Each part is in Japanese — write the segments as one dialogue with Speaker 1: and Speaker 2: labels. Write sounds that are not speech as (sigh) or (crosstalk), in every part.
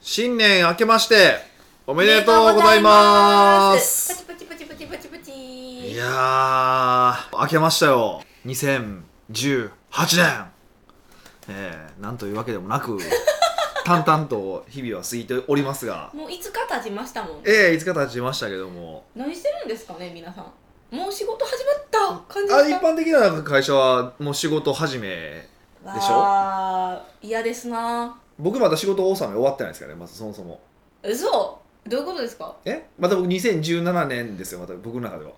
Speaker 1: 新年明けましておめでとうございます
Speaker 2: パチパチパチパチパチパチ
Speaker 1: いやー明けましたよ2018年えー、なんというわけでもなく淡々と日々は過ぎておりますが
Speaker 2: もう5日経ちましたもん
Speaker 1: ええいつか経ちましたけども
Speaker 2: 何してるんですかね皆さんもう仕事始まった感じ
Speaker 1: あ
Speaker 2: で
Speaker 1: 一
Speaker 2: すか
Speaker 1: 般的な会社はもう仕事始め般でしょ
Speaker 2: わー嫌ですな
Speaker 1: 僕まだ仕事納め終わってないですからねまずそもそも
Speaker 2: 嘘どういうことですか
Speaker 1: えまた僕2017年ですよまた僕の中では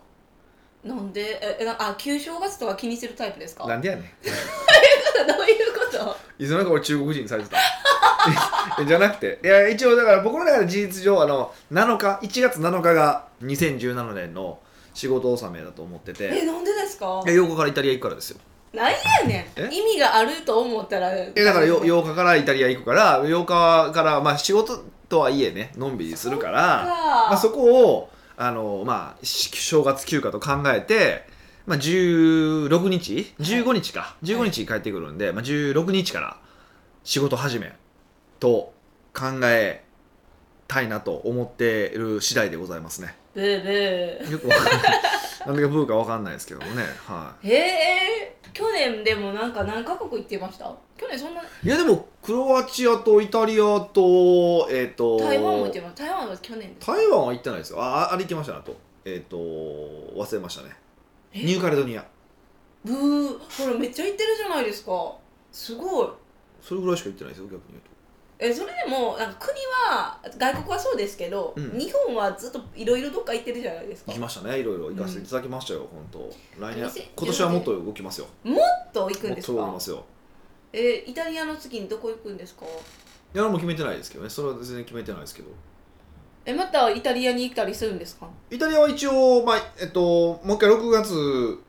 Speaker 2: なんでええなあ旧正月とか気にするタイプですか
Speaker 1: なんでやねん
Speaker 2: どういうこと
Speaker 1: いつの間にか俺中国人にされてた (laughs) えじゃなくていや一応だから僕の中で事実上あの7日1月7日が2017年の仕事納めだと思って
Speaker 2: え
Speaker 1: て
Speaker 2: なんでですか
Speaker 1: 8日からイタリア行くからですよ
Speaker 2: なんやね
Speaker 1: え
Speaker 2: ん意味があると思ったらえ
Speaker 1: えだからよ8日からイタリア行くから8日からまあ仕事とはいえねのんびりするからまあ、そこをあの、まあ、し正月休暇と考えて、まあ、16日15日か、15日に帰ってくるんで、まあ、16日から仕事始めと考えたいなと思っている次第でございますね。
Speaker 2: ブーブー
Speaker 1: よくわかん (laughs) ない何がブーかわかんないですけどもね、は、
Speaker 2: へえ去年でもなんか何カ国行ってました去年そんない
Speaker 1: いやでもクロアチアとイタリアと,、えっと
Speaker 2: 台湾も行ってます台湾は去年です
Speaker 1: 台湾は行ってないですよあああれ行きましたねあと,、えっと忘れましたね
Speaker 2: え
Speaker 1: ニューカレドニア
Speaker 2: ブーほらめっちゃ行ってるじゃないですかすごい
Speaker 1: それぐらいしか行ってないですよ逆に言うと。
Speaker 2: えそれでもなんか国は外国はそうですけど、
Speaker 1: うん
Speaker 2: 日本はずっといろいろどっか行ってるじゃないですか
Speaker 1: 行き
Speaker 2: も
Speaker 1: ま
Speaker 2: っ
Speaker 1: したねいろいろ行かせていただきましたよ、本当来年
Speaker 2: 2014
Speaker 1: 今年はもっと動きますよ
Speaker 2: と行く
Speaker 1: も
Speaker 2: ん
Speaker 1: っ
Speaker 2: で
Speaker 1: と
Speaker 2: す
Speaker 1: 動き
Speaker 2: か
Speaker 1: ますよ
Speaker 2: えイタリアの次にどこ行くんですか
Speaker 1: いや何も決めてないですけどねそれは全然決めてないですけど
Speaker 2: えまたイタリアに行ったりするんですか
Speaker 1: イタリアは一応、まあえっと、もう一回6月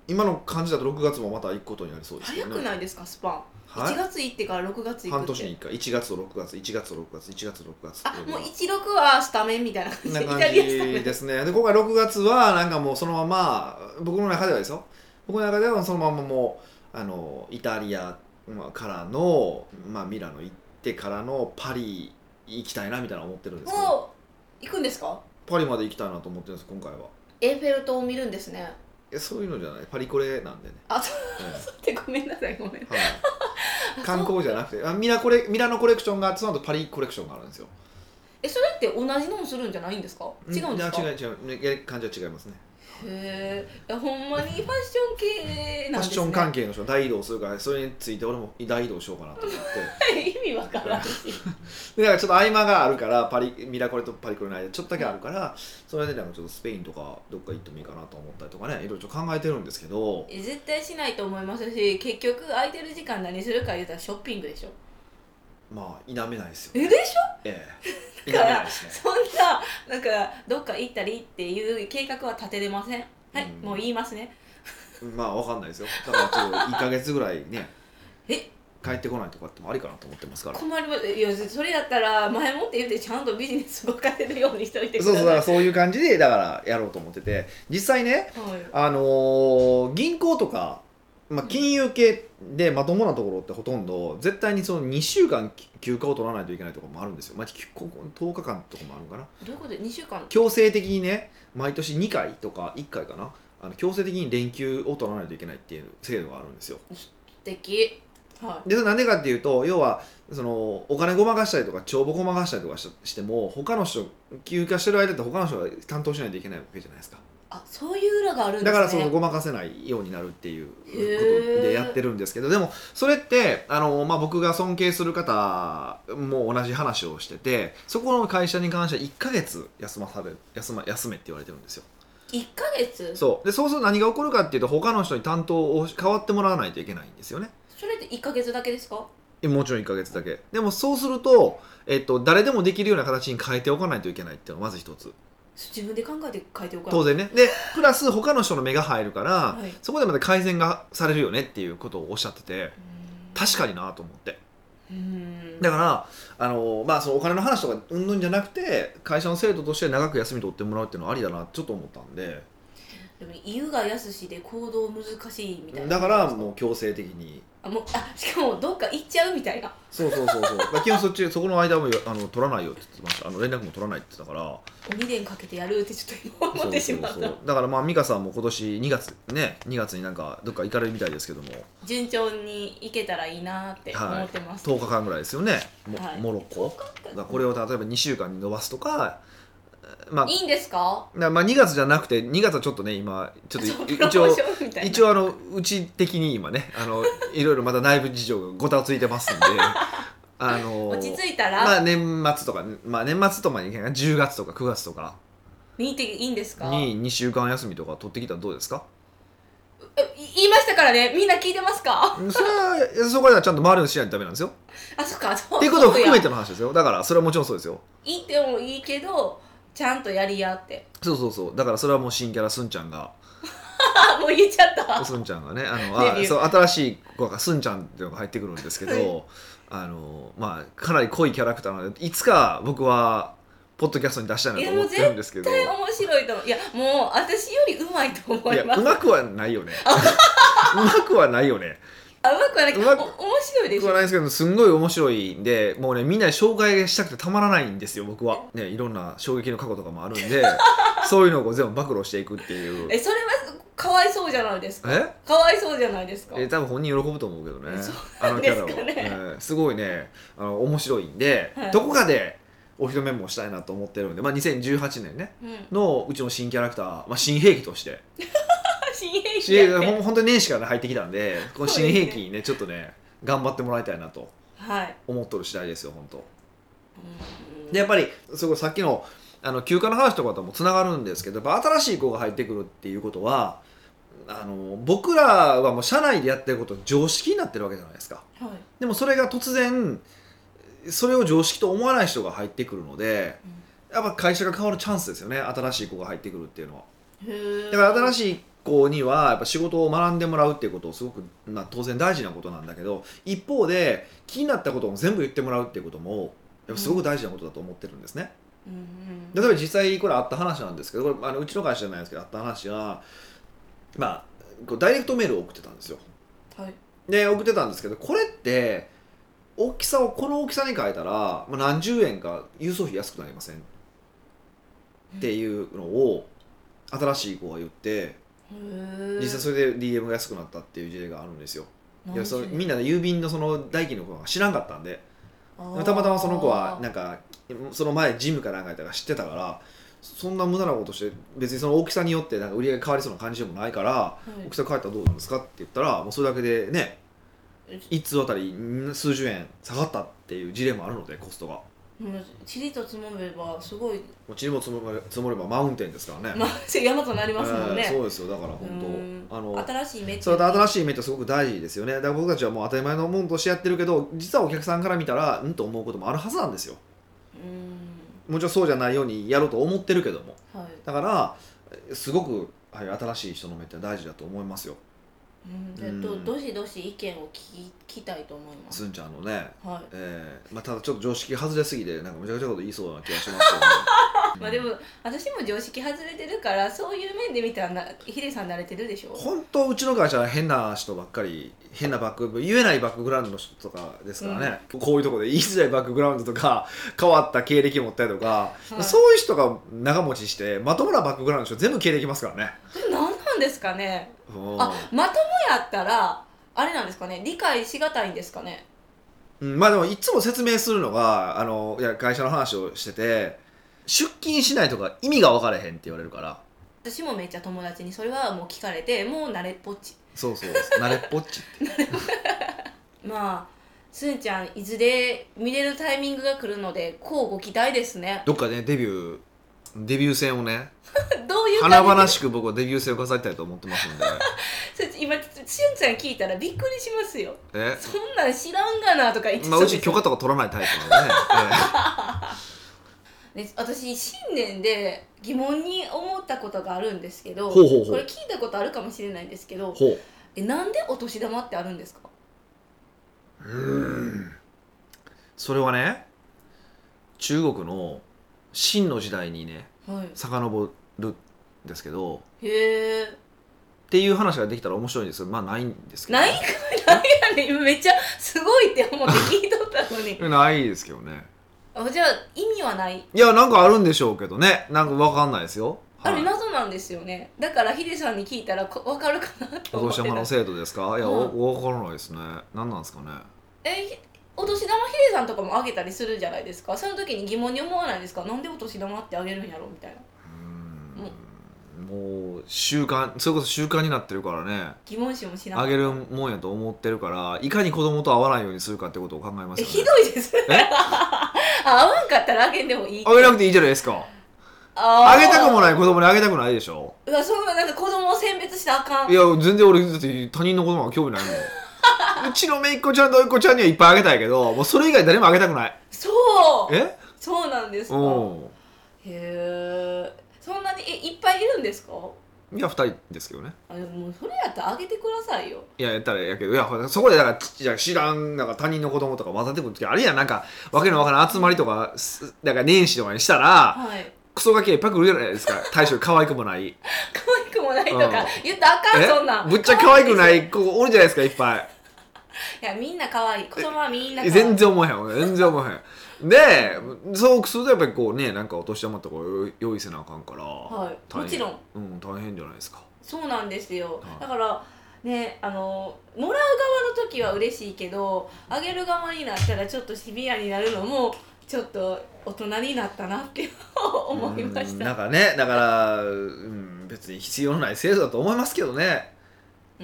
Speaker 1: 今の感じだと6月もまた行くことになりそうですけ
Speaker 2: 早
Speaker 1: どね
Speaker 2: くないですかスパン、
Speaker 1: は
Speaker 2: 1
Speaker 1: い
Speaker 2: 月行ってから6月行く
Speaker 1: 半
Speaker 2: って
Speaker 1: 年に1回1月と6月1月と6月1月と6月
Speaker 2: あもう16はスタメンみたいな
Speaker 1: こ
Speaker 2: 感
Speaker 1: ん
Speaker 2: じ
Speaker 1: な
Speaker 2: イ
Speaker 1: 感
Speaker 2: タ
Speaker 1: じ
Speaker 2: リアスタメン
Speaker 1: ですねで今回6月はなんかもうそのまま僕の中ではですよ僕の中ではそのままもうあのイタリアまあからの、まあ、ミラノ行ってからのパリ行きたいなみたいな思ってるんですけど
Speaker 2: もう行くんですか
Speaker 1: パリまで行きたいなと思ってるんです今回は
Speaker 2: エッフェル塔を見るんです
Speaker 1: (laughs)
Speaker 2: ね
Speaker 1: えそういうのじゃないパリコレなんでね、
Speaker 2: あそう
Speaker 1: え
Speaker 2: ってごめんなさいごめん
Speaker 1: えはい観光じゃなくてあミラコレミラノコレクションがあってその後パリコレクションがあるんですよ
Speaker 2: えそれって同じのもするんじゃないんですか違うんですか
Speaker 1: いや
Speaker 2: へ
Speaker 1: 違う違うねやり感じは違いますね
Speaker 2: えいやほんまにファッション
Speaker 1: ファッ
Speaker 2: 系なんですね
Speaker 1: ション関係の人大移動するからそれについて俺も大移動しようかなと思って
Speaker 2: 係 (laughs) 意味わからんし
Speaker 1: でだからちょっと合間があるからパリミラコレとパリコレの間ちょっとだけあるからそれでなんかちょっとスペインとかどっか行ってもいいかなと思ったりとかねいろいろちょっと考えてるんですけど
Speaker 2: え絶対しないと思いますし結局空いてる時間何するか言うたらショッピングでしょ
Speaker 1: まあ否めないですよ、
Speaker 2: えでしょ
Speaker 1: ええ、否め
Speaker 2: (laughs) だから
Speaker 1: ないですね
Speaker 2: そんななんかどっか行ったりっていう計画は立てれませんはい、
Speaker 1: うん
Speaker 2: もう言いますね
Speaker 1: まあわかんないですよだからちょっと1か月ぐらいね
Speaker 2: え
Speaker 1: 帰ってこないとかってもありかなと思ってますから
Speaker 2: 困りますいやそれだったら前もって言ってちゃんとビジネス動かせるようにしておいてく
Speaker 1: そ
Speaker 2: だ
Speaker 1: うそ
Speaker 2: さいう
Speaker 1: だからそういう感じでだからやろうと思ってて実際ね
Speaker 2: はい
Speaker 1: あのー銀行とか、まあ、金融系でまともなところってほとんど絶対にその2週間き休暇を取らないといけないところもあるんですよ、まあ、きここ10日間とかもあるのかな
Speaker 2: どういうこと2週間
Speaker 1: 強制的にね毎年2回とか1回かなあの強制的に連休を取らないといけないっていう制度があるんですよ
Speaker 2: 的は
Speaker 1: でそれなんでかっていうと要はそのお金ごまかしたりとか帳簿ごまかしたりとかししても他の人休暇してる間って他の人が担当しないといけないわけじゃないですか
Speaker 2: いあそういう裏があるんです
Speaker 1: だ
Speaker 2: ね
Speaker 1: からそのごまかせないようになるっていうこと
Speaker 2: へ
Speaker 1: で
Speaker 2: ー
Speaker 1: やってるんですけどでもそれってあの、まあ、僕が尊敬する方も同じ話をしててそこの会社に関しては1ヶ月休まされ休ま休めって言われてるんですよ
Speaker 2: 1ヶ月そ
Speaker 1: そうでそうすると何が起こるかっていうと他の人に担当を代わってもらわないといけないんですよね
Speaker 2: れって1ヶ月だけですか
Speaker 1: えもちろん1ヶ月だけでもそうすると、えっと、誰でもできるような形に変えておかないといけないっていうのがまず一つ
Speaker 2: 自分で考えて書いておか
Speaker 1: 当
Speaker 2: 然
Speaker 1: 然ねでプラス他の人の目が入るから、
Speaker 2: はい
Speaker 1: そこでまた改善がされるよねっていうことをおっしゃってて確かになと思って
Speaker 2: うん
Speaker 1: だからあの、まあ、そのお金の話とかうんぬんじゃなくて会社の制度として長く休み取ってもらうっていうのはありだなってちょっと思ったんで
Speaker 2: でも言うがやすしで行動難しいみたいな
Speaker 1: だからもう強制的に
Speaker 2: あもうあしかもどっか行っちゃうみたいな
Speaker 1: そうそうそうそうだから基本そっちそこの間もあの取らないよって言ってましたあの連絡も取らないって言ってたから
Speaker 2: 鬼伝かけてやるってちょっと今思ってしまった
Speaker 1: そうそうそうだからまあ美香さんも今年2月ね2月になんかどっか行かれるみたいですけども
Speaker 2: 順調に行けたらいいなって思ってます、
Speaker 1: 10日間ぐらいですよねも
Speaker 2: はい
Speaker 1: モロッコだからこれを例えば2週間に伸ばすとかまあ
Speaker 2: いいんですか
Speaker 1: なまあ、2月じゃなくて2月はちょっとね今ちょっとい
Speaker 2: そうプロ
Speaker 1: 一
Speaker 2: モー
Speaker 1: 応
Speaker 2: ションみたいな
Speaker 1: 一応あのうち的に今ねあのいろいろまだ内部事情がごたついてますん
Speaker 2: (laughs)
Speaker 1: であの
Speaker 2: 落ち着いたら、
Speaker 1: まあ年末とか、まあ、年末とかにいけない10月とか9月とか
Speaker 2: 見ていいんですか
Speaker 1: に2週間休みとか取ってきたらどうですか
Speaker 2: えい言いましたからねみんな聞いてますか
Speaker 1: それはそこはちゃんと周りの視野にダメなんですよ。
Speaker 2: あそっかそう
Speaker 1: っていうことを含め
Speaker 2: そう
Speaker 1: ての話ですよだからそれはもちろんそうですよ。
Speaker 2: やいってもいいけどちゃんとやりやって
Speaker 1: そうそうそうだからそれはもう新キャラすんちゃんが
Speaker 2: あもう言っちゃった
Speaker 1: すんちゃんがねあの
Speaker 2: デビュ
Speaker 1: あ
Speaker 2: ー
Speaker 1: そう新しい子がすんちゃんっていうのが入ってくるんですけど、
Speaker 2: はい
Speaker 1: あのまあ、かなり濃いキャラクターなのでいつか僕はポッドキャストに出したいなと思ってるんですけど
Speaker 2: 絶対面白いと思ういやもう私よりうまいと思い
Speaker 1: や
Speaker 2: ます
Speaker 1: うまくはないよねうまくはないよね
Speaker 2: あうまくはないけど
Speaker 1: うま
Speaker 2: 面
Speaker 1: く
Speaker 2: 白いで
Speaker 1: 僕
Speaker 2: し
Speaker 1: は
Speaker 2: ょ
Speaker 1: ないですけどすんごい面白いんでもうねみんなに紹介したくてたまらないんですよ僕は、ね、いろんな衝撃の過去とかもある
Speaker 2: (laughs)
Speaker 1: んでそういうのをこう全部暴露していくっていう
Speaker 2: えそれはかわいそうじゃないですか
Speaker 1: え
Speaker 2: かわいそうじゃないですか
Speaker 1: えー多分本人喜ぶと思うけどね
Speaker 2: そう
Speaker 1: あ
Speaker 2: なん
Speaker 1: の
Speaker 2: で
Speaker 1: キ
Speaker 2: す
Speaker 1: ャ
Speaker 2: か
Speaker 1: ラ
Speaker 2: ね
Speaker 1: は、うんすごいねあの面白いんで、
Speaker 2: はい
Speaker 1: どこかでお披露目もしたいなと思ってるんで、まあ、2018年ね
Speaker 2: うん
Speaker 1: のうちの新キャラクター、まあ、新兵器として
Speaker 2: 新兵器
Speaker 1: 新兵器
Speaker 2: や
Speaker 1: ほ
Speaker 2: って
Speaker 1: ん本当に年始から入ってきたんでこの
Speaker 2: そうです
Speaker 1: 新
Speaker 2: ね
Speaker 1: 兵器にねちょっとね頑張ってもらいたいなと
Speaker 2: はい、
Speaker 1: 思っとる次第ですよ本当
Speaker 2: うん
Speaker 1: でやっぱりそこさっきのあの休暇の話とかともつながるんですけどやっぱ新しい子が入ってくるっていうことはあの僕らはもう社内でやってること常識になってるわけじゃないですか。
Speaker 2: はい
Speaker 1: でもそれが突然それを常識と思わない人が入ってくるのでやっぱ会社が変わるチャンスですよね新しい子が入ってくるっていうのは
Speaker 2: へえ
Speaker 1: だから新しい子にはやっぱ仕事を学んでもらうっていうことをすごく、まあ、当然大事なことなんだけど一方で気になったことも全部言ってもらうっていうこともやっぱすごく大事なことだと思ってるんですね、
Speaker 2: うんう
Speaker 1: 例
Speaker 2: ん
Speaker 1: えば実際これあった話なんですけどこれあのうちの会社じゃないですけどあった話はまあこうダイレクトメールを送ってたんですよ
Speaker 2: はい
Speaker 1: で送ってたんですけどこれって大きさをこの大きさに変えたら、まあ、何十円か郵送費安くなりませんっていうのを新しい子が言って
Speaker 2: へえ
Speaker 1: 実際それで DM が安くなったっていう事例があるんですよいやそれみん
Speaker 2: な
Speaker 1: な郵便のその代金のことが知らんかったんででもたまたまその子はなんかその前ジムかなんかやったから知ってたからそんな無駄なことして別にその大きさによってなんか売り上げ変わりそうな感じでもないから大きさ変えたらどうなんですかって言ったらもうそれだけでね一通あたり数十円下がったっていう事例もあるのでコストが
Speaker 2: ちりと積もればすごい
Speaker 1: もちろん積もれ積もればマウンテンですからね、
Speaker 2: まあ (laughs) 山となりますもんね、
Speaker 1: えーそうですよだから
Speaker 2: うん
Speaker 1: 本当あの
Speaker 2: 新しい目って
Speaker 1: それと新しい目ってすごく大事ですよねだから僕たちはもう当たり前のもんとしてやってるけど実はお客さんから見たらうんと思うこともあるはずなんですよ
Speaker 2: うん
Speaker 1: もちろんそうじゃないようにやろうと思ってるけども
Speaker 2: はい、
Speaker 1: だからえすごく、はい、新しい人の目って大事だと思いますよ
Speaker 2: うん、
Speaker 1: うん
Speaker 2: でどどしどし意見を聞き聞きたいと思います
Speaker 1: すんちゃんのね
Speaker 2: はい
Speaker 1: えーまあ、ただちょっと常識外れすぎてなんかめちゃくちゃこと言いそうな気がしますけど、
Speaker 2: (laughs) まあでも私も常識外れてるからそういう面で見たらなヒデさん慣れてるでしょ
Speaker 1: 本当うちの会社は変な人ばっかり変なバック言えないバックグラウンドの人とかですからね、こういうとこで言いづらいバックグラウンドとか (laughs) 変わった経歴持ったりとか、
Speaker 2: はい
Speaker 1: そういう人が長持ちしてまともなバックグラウンドの人全部経歴ますからね。
Speaker 2: 何なんですかね
Speaker 1: うん
Speaker 2: あまともやったらあれなんですかね理解しがたいんですかね
Speaker 1: うんまあでもいつも説明するのがあのいや会社の話をしてて出勤しないとか意味が分からへんって言われるから
Speaker 2: 私もめっちゃ友達にそれはもう聞かれてもう慣れっぽっち
Speaker 1: そうそう慣れっぽっちって
Speaker 2: まあすんちゃんいずれ見れるタイミングが来るのでこうご期待ですね
Speaker 1: どっかで、ね、デビューデビュー戦をね
Speaker 2: どういう
Speaker 1: 華
Speaker 2: 感
Speaker 1: 々
Speaker 2: じ
Speaker 1: しく僕はデビュー戦を飾りたいと思ってます
Speaker 2: (laughs)
Speaker 1: んで。
Speaker 2: すんちゃん今すんちゃん聞いたらびっくりしますよ
Speaker 1: え
Speaker 2: そんなん知らんがなとか言って
Speaker 1: まあ、
Speaker 2: そうで
Speaker 1: ち
Speaker 2: す
Speaker 1: 許
Speaker 2: よ
Speaker 1: 可とか取らないタイプ
Speaker 2: (laughs)
Speaker 1: なんでね、え
Speaker 2: で私新年で疑問に思ったことがあるんですけど
Speaker 1: ほうほうほう
Speaker 2: これ聞いたことあるかもしれないんですけ
Speaker 1: え
Speaker 2: ど
Speaker 1: ほ
Speaker 2: えなんでお年玉ってあるんですか
Speaker 1: ううんそれはね中国の秦の時代にね
Speaker 2: はい
Speaker 1: 遡るですけどっ
Speaker 2: へえ
Speaker 1: ていう話ができたら面白いんですけどまあないんですけど、
Speaker 2: ないんかいなんやねん今めっちゃすごいって思って聞いとったのに
Speaker 1: ないですけどね
Speaker 2: あじゃあ意味はない
Speaker 1: いやなんかあるんでしょうけどねなんかわかんないですよ、
Speaker 2: あれ
Speaker 1: はい
Speaker 2: 謎なんですよねだからヒデさんに聞いたらこわかるかなと
Speaker 1: お
Speaker 2: 思っ
Speaker 1: 年
Speaker 2: て
Speaker 1: 玉の
Speaker 2: た
Speaker 1: 生徒ですかいや、
Speaker 2: うん
Speaker 1: おわからないですね何なんですかね
Speaker 2: えひお年玉ヒデさんとかもあげたりするじゃないですかその時に疑問に思わないですかなんでお年玉ってあげるんやろみたいな
Speaker 1: うーんもう習慣それこそ習慣になってるからね
Speaker 2: 疑問視もしなか
Speaker 1: あ
Speaker 2: った
Speaker 1: げるもんやと思ってるからいかに子供と会わないようにするかってことを考えます
Speaker 2: え
Speaker 1: よ
Speaker 2: ひ
Speaker 1: ね
Speaker 2: どいですね (laughs) あ合わんかったらあげんでもいい
Speaker 1: あげなくていいじゃないですか
Speaker 2: あ
Speaker 1: あげたくも
Speaker 2: い
Speaker 1: ない子供にあげたくないでしょ
Speaker 2: うわそんななんか子供を選別したらあかん
Speaker 1: いや全然俺だって他人の子供は興味ないもんうちのめいっ子ちゃんとおいっ子ちゃんにはいっぱいあげたいけどもうそれ以外誰もあげたくない
Speaker 2: そう
Speaker 1: え
Speaker 2: そうなんですか
Speaker 1: う
Speaker 2: へえそんなにえいっぱいいるんですか
Speaker 1: んいや2人ですけどね
Speaker 2: あでももうそれやったらあげてくださいよ
Speaker 1: いややったらやけどいやほらそこでだからちじゃあ知らんなんか他人の子供とか混ざってくる時あるやんなんかわけのわからん集まりとかすなんか年始とかにしたら
Speaker 2: はい
Speaker 1: クソガキがいっぱい来るじゃない
Speaker 2: (laughs)
Speaker 1: ですか大将可愛くもない
Speaker 2: 可愛くもないと
Speaker 1: う
Speaker 2: か
Speaker 1: ん
Speaker 2: 言ったらあかん
Speaker 1: え
Speaker 2: そんなん
Speaker 1: ぶっちゃ可愛くないい子おるじゃないですかいっぱい
Speaker 2: いやみんな可愛い子供はみんな可愛い
Speaker 1: 全然思わへん俺全然思わへんでそうするとやっぱりこうねなんかお年玉とか用用意せなあかんから、
Speaker 2: はい
Speaker 1: 大変
Speaker 2: もちろん
Speaker 1: うん大変じゃないですか
Speaker 2: そうなんですよ
Speaker 1: はい
Speaker 2: だからねあのもらう側の時は嬉しいけどあげる側になったらちょっとシビアになるのもちょっと大人になったなって (laughs) 思いまし
Speaker 1: うん
Speaker 2: た
Speaker 1: なんかねだから、うん、別に必要のない制度だと思いますけどね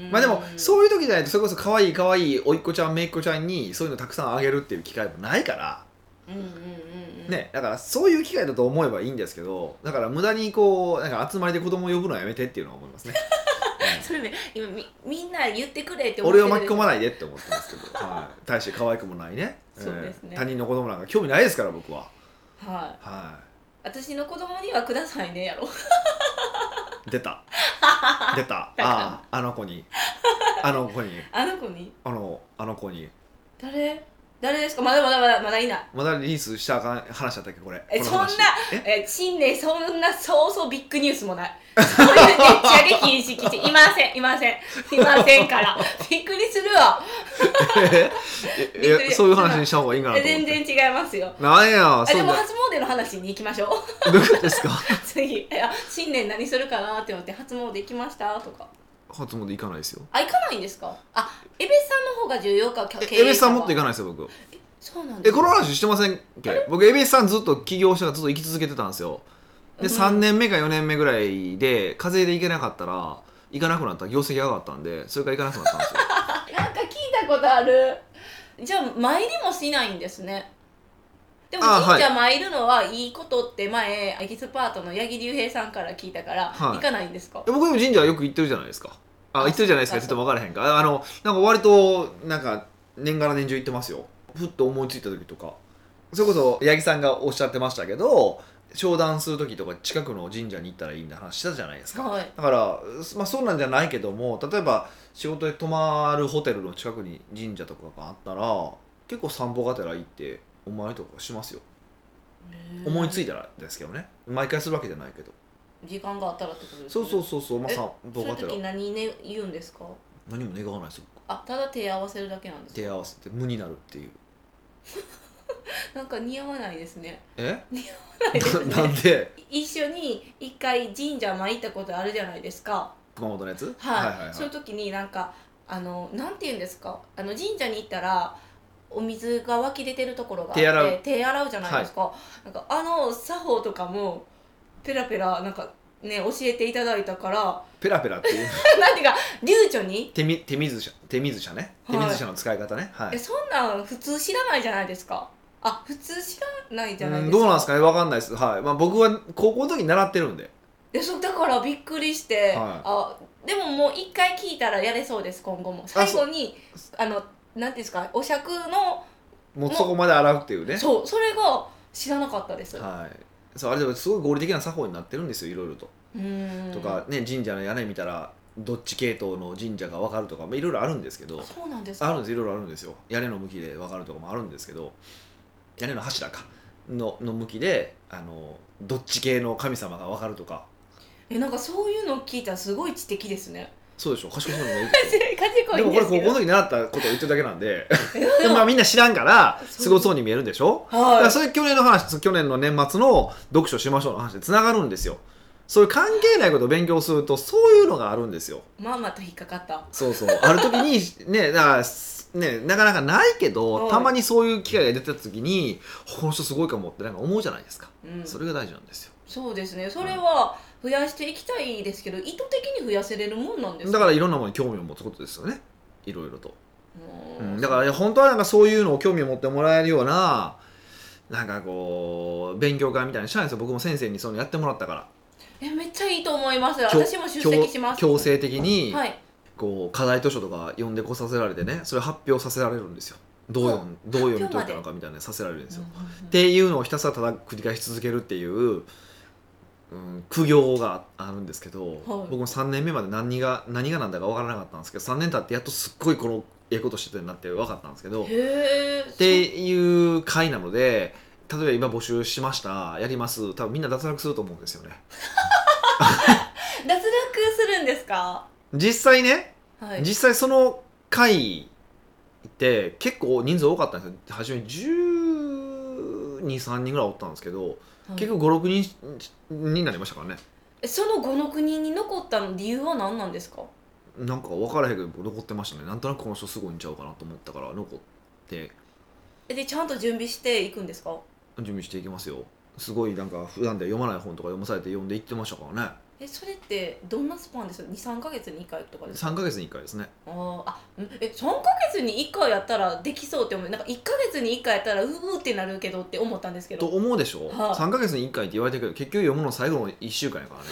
Speaker 1: まあでも
Speaker 2: う
Speaker 1: そういう時じゃないとそれこそ可愛い可愛いおいっ子ちゃんめいっ子ちゃんにそういうのたくさんあげるっていう機会もないから、
Speaker 2: んうんうんうんうん
Speaker 1: ねだからそういう機会だと思えばいいんですけどだから無駄にこうなんか集まりで子供を呼ぶのはやめてっていうのは思い
Speaker 2: (laughs)
Speaker 1: ますね
Speaker 2: それね今みみんな言ってくれって
Speaker 1: うん
Speaker 2: 思
Speaker 1: 俺
Speaker 2: ってる
Speaker 1: を巻き込まないでって思ってますけど、はい、大して可愛くもないね
Speaker 2: (laughs) そうですね
Speaker 1: えー他人の子供なんか興味ないですから僕は
Speaker 2: は
Speaker 1: はい
Speaker 2: 私の子供にはくださいねやろ
Speaker 1: い出
Speaker 2: (laughs)
Speaker 1: た出たあああの子にあの子に
Speaker 2: あの子に
Speaker 1: あのあの子に
Speaker 2: 誰誰ですかまだまだまだまだいない
Speaker 1: まだリリースしたらあかん話だったっけこれ
Speaker 2: え
Speaker 1: この話
Speaker 2: そんな
Speaker 1: え
Speaker 2: え新年そんなそうそうビッグニュースもないそういうね打ち上げ禁止基地いませんいませんいませ
Speaker 1: (laughs)
Speaker 2: んからびっくりするわ
Speaker 1: え
Speaker 2: びっく
Speaker 1: え
Speaker 2: り
Speaker 1: そういう話にした方がいいかなと
Speaker 2: え
Speaker 1: 思って
Speaker 2: 全然違いますよ
Speaker 1: なんや
Speaker 2: あ
Speaker 1: そ
Speaker 2: で
Speaker 1: う
Speaker 2: も
Speaker 1: だ
Speaker 2: 初詣の話に行きましょう (laughs)
Speaker 1: どういうことですか
Speaker 2: 次えあ新年何するかなって思って初詣行きましたとか
Speaker 1: 初詣行かないですよ
Speaker 2: あ行かないんですかあエベさんの方が重要か経営
Speaker 1: えエビスさんもっと行
Speaker 2: か
Speaker 1: かないですよ僕
Speaker 2: そうなんで
Speaker 1: え
Speaker 2: す
Speaker 1: この話してませんっけ僕エビスさんずっと起業してからずっと行き続けてたんですよで
Speaker 2: うん
Speaker 1: 3年目か4年目ぐらいで風邪で行けなかったら行かなくなったら業績上がったんでそれから行かなくなったんですよ
Speaker 2: なんか聞いたことあるじゃあ参りもしないんですねでも
Speaker 1: あはい
Speaker 2: 神社参るのはいいことって前エキスパートの八木隆平さんから聞いたから、
Speaker 1: はい
Speaker 2: 行かないんですか
Speaker 1: え僕でも神社よく行ってるじゃないですかあ
Speaker 2: あ
Speaker 1: 行ってるじゃないですかちょ
Speaker 2: そ
Speaker 1: っ
Speaker 2: う
Speaker 1: と
Speaker 2: か
Speaker 1: 分からへんかあのなんか割となんか年がら年中行ってますよふっと思いついた時とかそれこそ八木さんがおっしゃってましたけど商談する時とか近くの神社に行ったらいいんだ話したじゃないですか
Speaker 2: はい
Speaker 1: だから、まあ、そうなんじゃないけども例えば仕事で泊まるホテルの近くに神社とかがあったら結構散歩がてら行ってお参りとかしますよ思いつ
Speaker 2: い
Speaker 1: いたらですけどね毎回するわけじゃないけど
Speaker 2: 時間があったらってことです
Speaker 1: そう
Speaker 2: ね
Speaker 1: そうそうそうまあ
Speaker 2: え
Speaker 1: 散歩
Speaker 2: そうい
Speaker 1: が
Speaker 2: う
Speaker 1: てら
Speaker 2: 時何、ね、言うんですか
Speaker 1: 何も願わないですよ
Speaker 2: あただ手合わせるだけなんですか
Speaker 1: 手合わせて無になるっていう
Speaker 2: なんか似合わないですね
Speaker 1: え
Speaker 2: ないですね
Speaker 1: ななんで
Speaker 2: 一緒に一回神社参ったことあるじゃないですか
Speaker 1: 熊本のやつ
Speaker 2: はい、
Speaker 1: はいはい
Speaker 2: その時になんかあのなんて言うんですかあの神社に行ったらお水が湧き出てるところがあって
Speaker 1: 手洗う
Speaker 2: 手洗うじゃないですか、なんかあの作法とかもペラペラなんかね教えていただいたから (laughs)
Speaker 1: ペラペラっていう (laughs)
Speaker 2: 何か流暢に
Speaker 1: 手み手水車手水車ね手
Speaker 2: はい
Speaker 1: 水車の使い方ねはい
Speaker 2: えそんなん普通知らないじゃないですかあ普通知らないじゃない
Speaker 1: うん
Speaker 2: ですか
Speaker 1: どうなんですかねわかんないですはいまあ僕は高校の時に習ってるんで
Speaker 2: えそうだからびっくりして、
Speaker 1: い
Speaker 2: あでももう一回聞いたらやれそうです今後も最後にあのなんていうんですかお釈の
Speaker 1: もう
Speaker 2: もう
Speaker 1: そこまで洗うっていうね
Speaker 2: そうそれが知らなかったです、
Speaker 1: はいそうあれでもすごい合理的な作法になってるんですよいろいろと、
Speaker 2: うーん
Speaker 1: とかね神社の屋根見たらどっち系統の神社がわかるとかまあいろいろあるんですけど
Speaker 2: そうなんです
Speaker 1: あ
Speaker 2: か
Speaker 1: るんですいろいろあるんですよ屋根の向きで分かるとかもあるんですけど屋根の柱かのの向きであのどっち系の神様が分かるとか
Speaker 2: えなんかそういうのを聞いたらすごい知的ですね
Speaker 1: そうでしょ賢そうに見える
Speaker 2: 勝ちこ
Speaker 1: (laughs) で
Speaker 2: い
Speaker 1: も
Speaker 2: ん
Speaker 1: こ
Speaker 2: で
Speaker 1: れ
Speaker 2: (laughs) す
Speaker 1: 高
Speaker 2: け
Speaker 1: 校
Speaker 2: ど
Speaker 1: の時に習ったことを言ってるだけなん
Speaker 2: (laughs)
Speaker 1: で
Speaker 2: えで
Speaker 1: でも
Speaker 2: も
Speaker 1: まあみんな知らんから
Speaker 2: そう
Speaker 1: すごそうに見えるんでしょだか
Speaker 2: は
Speaker 1: ら
Speaker 2: い
Speaker 1: そういう去年の話去年の年末の読書しましょうの話でつながるんですよそういう関係ないことを勉強するとそういうのがあるんですよ
Speaker 2: まあまた引っかかった
Speaker 1: そうそうある時にねだからすねなかなかないけど
Speaker 2: はい
Speaker 1: たまにそういう機会が出た時にこの人すごいかもってなんか思うじゃないですか、
Speaker 2: うん
Speaker 1: それが大事なんですよ
Speaker 2: そうですねそれは増やしていきたいですけど意図的に増やせれるもんなんです
Speaker 1: だからいろんなものに興味を持つことですよねいろいろと、う
Speaker 2: ら
Speaker 1: ん、だからいや本当はなんかそういうのを興味を持ってもらえるようななんかこう勉強会みたいにしたいんですよ僕も先生にそういうのやってもらったから
Speaker 2: えめっちゃいいと思います
Speaker 1: 強
Speaker 2: 私も出席します
Speaker 1: 強制的に
Speaker 2: はい
Speaker 1: こう課題図書とか読んでこさせられてねそれを発表させられるんですよどう読んどう読み解いたのかみたいなのさせられるんですよ
Speaker 2: うん
Speaker 1: っていうのをひたすらただ繰り返し続けるっていう、うん、苦行があるんですけど、僕も3年目まで何が何が何だか分からなかったんですけど3年経ってやっとすっごいこのええことしてたなって分かったんですけどっ
Speaker 2: へえ
Speaker 1: ていう回なので例えば今募集しましたやります多分みんな脱落すると思うんですよね
Speaker 2: 脱落するんですか
Speaker 1: 実際ね、
Speaker 2: はい
Speaker 1: 実際その回って結構人数多かったんですよ初め1 2 3人ぐらいおったんですけど、
Speaker 2: はい
Speaker 1: 結局56人になりましたからね
Speaker 2: えその五の国に残ったの理由は何なんですか
Speaker 1: なんか分からへんけど残ってましたねなんとなくこの人すごいんちゃうかなと思ったから残って
Speaker 2: えでちゃんと準備していくんですか
Speaker 1: 準備していきますよすごいなんか普段では読まない本とか読まされて読んでいってましたからね
Speaker 2: えそれってどんなスパンですか23か月に1回とかですか
Speaker 1: 3ヶ月に1回ですね
Speaker 2: あーあんえ3か月に1回やったらできそうって思うなんか1か月に1回やったらううってなるけどって思ったんですけ
Speaker 1: と
Speaker 2: ど
Speaker 1: 思うでしょ、
Speaker 2: はい
Speaker 1: 3ヶ月に1回って言われてるけど結局読むの最後の1週間やからね、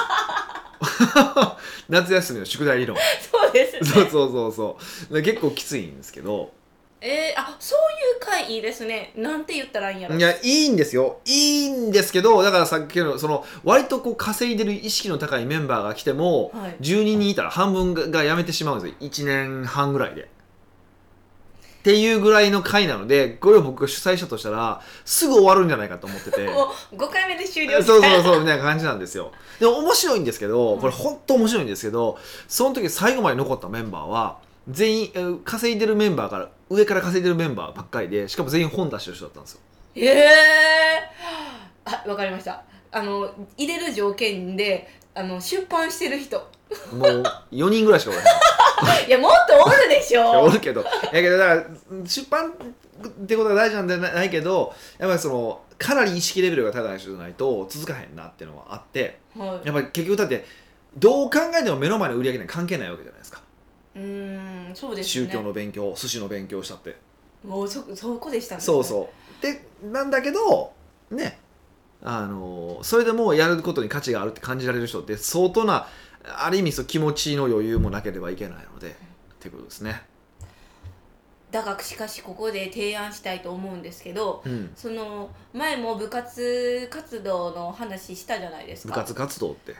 Speaker 1: うん (laughs) 夏休みの宿題理論
Speaker 2: (laughs) そうです
Speaker 1: (laughs)
Speaker 2: ね
Speaker 1: そうそうそうそうで結構きついんですけど
Speaker 2: えー、あそういう回いいですねなんて言ったらいいんやろ
Speaker 1: いやいいんですよいいんですけどだからさっきのその割とこう稼いでる意識の高いメンバーが来ても、
Speaker 2: はい
Speaker 1: 12人いたら半分が辞めてしまうんですよ1年半ぐらいで。っていうぐらいの回なのでこれを僕が主催者としたらすぐ終わるんじゃないかと思って
Speaker 2: (laughs)
Speaker 1: て
Speaker 2: もう5回目で終了
Speaker 1: そうそう
Speaker 2: みたいな
Speaker 1: そうみたいな感じなんですよでも面白いんですけどこれ本当面白いんですけどその時最後まで残ったメンバーは全員えー稼いでるメンバーから上から稼いでるメンバーばっかりでしかも全員本出してる人だったんですよ
Speaker 2: ええー、あわかりましたあの入れる条件であの出版してる人
Speaker 1: もう4人ぐらいしかおらへん
Speaker 2: いやもっとおるでし
Speaker 1: いやお
Speaker 2: ょ
Speaker 1: るけどやけどだから出版ってことが大事なんじゃないけどやっぱりそのかなり意識レベルが高い人じゃないと続かへんなっていうのはあって
Speaker 2: は
Speaker 1: やっぱり結局だってどう考えても目の前の売り上げには関係ないわけじゃないですか
Speaker 2: いうーんそうですね
Speaker 1: 宗教の勉強寿司の勉強したって
Speaker 2: もうそそこでしたんですね
Speaker 1: そうそうでなんだけどねあのそれでもうやることに価値があるって感じられる人って相当なある意味そう気持ちの余裕もなければいけないのでっていうことですね。
Speaker 2: だがしかしここで提案したいと思うんですけど
Speaker 1: うん、
Speaker 2: その前も部活活動の話したじゃないです
Speaker 1: 部
Speaker 2: か
Speaker 1: 活活動って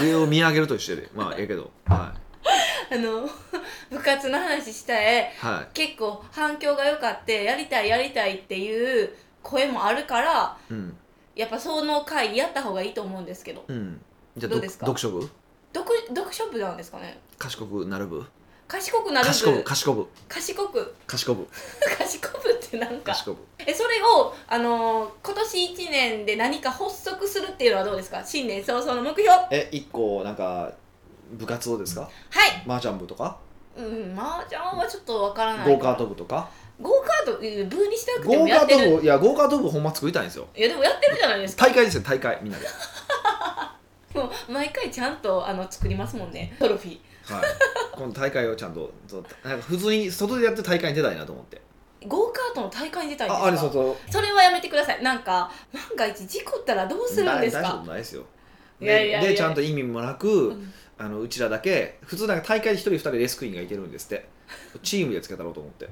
Speaker 1: 上を見上げると一緒でまあええけどは
Speaker 2: (laughs) あの (laughs) 部活の話したい
Speaker 1: いは
Speaker 2: 結構反響が良かってやりたいやりたいっていう声もあるから
Speaker 1: いうん
Speaker 2: やっぱその回やった方がいいと思うんですけど
Speaker 1: うんじゃあ
Speaker 2: どう
Speaker 1: ど
Speaker 2: ですか
Speaker 1: 読書部
Speaker 2: 読読書部なんですかね
Speaker 1: 賢くなる部
Speaker 2: 賢くなる部
Speaker 1: 賢部賢部
Speaker 2: 賢く (laughs)
Speaker 1: 賢部
Speaker 2: 賢くってなんか
Speaker 1: 賢部
Speaker 2: えそれを、あのー今年1年で何か発足するっていうのはどうですか新年早々の目標は
Speaker 1: え一個なんか部活動ですか麻雀部とか
Speaker 2: いうん麻雀はちょっとわからない
Speaker 1: ゴーカート部とか
Speaker 2: ゴーカートうんブーにしなくて
Speaker 1: ゴ
Speaker 2: も
Speaker 1: ーカ
Speaker 2: やってる
Speaker 1: ート部いやゴーカート部ほんま作りたいんですよ
Speaker 2: いやでもやってるじゃないですか
Speaker 1: 大会ですよ大会みんな (laughs) で、は
Speaker 2: もう毎回ちゃんとあの作りますもんねトロフィ
Speaker 1: い、この大会をちゃんとそうなんか普通に外でやってる大会に出たいなと思って
Speaker 2: ーゴーカートの大会に出たいんです
Speaker 1: あ
Speaker 2: か
Speaker 1: あれそうそう
Speaker 2: それはやめてくださいなんか万が一事故ったらどうするんで
Speaker 1: 大大し
Speaker 2: す
Speaker 1: た
Speaker 2: か
Speaker 1: ことないですよで
Speaker 2: いやいやいや
Speaker 1: でちゃんと意味もなく、
Speaker 2: ん
Speaker 1: あのうちらだけ普通なんか大会で一人二人レースクイーンがいてるんですってチームでつけたろうと思って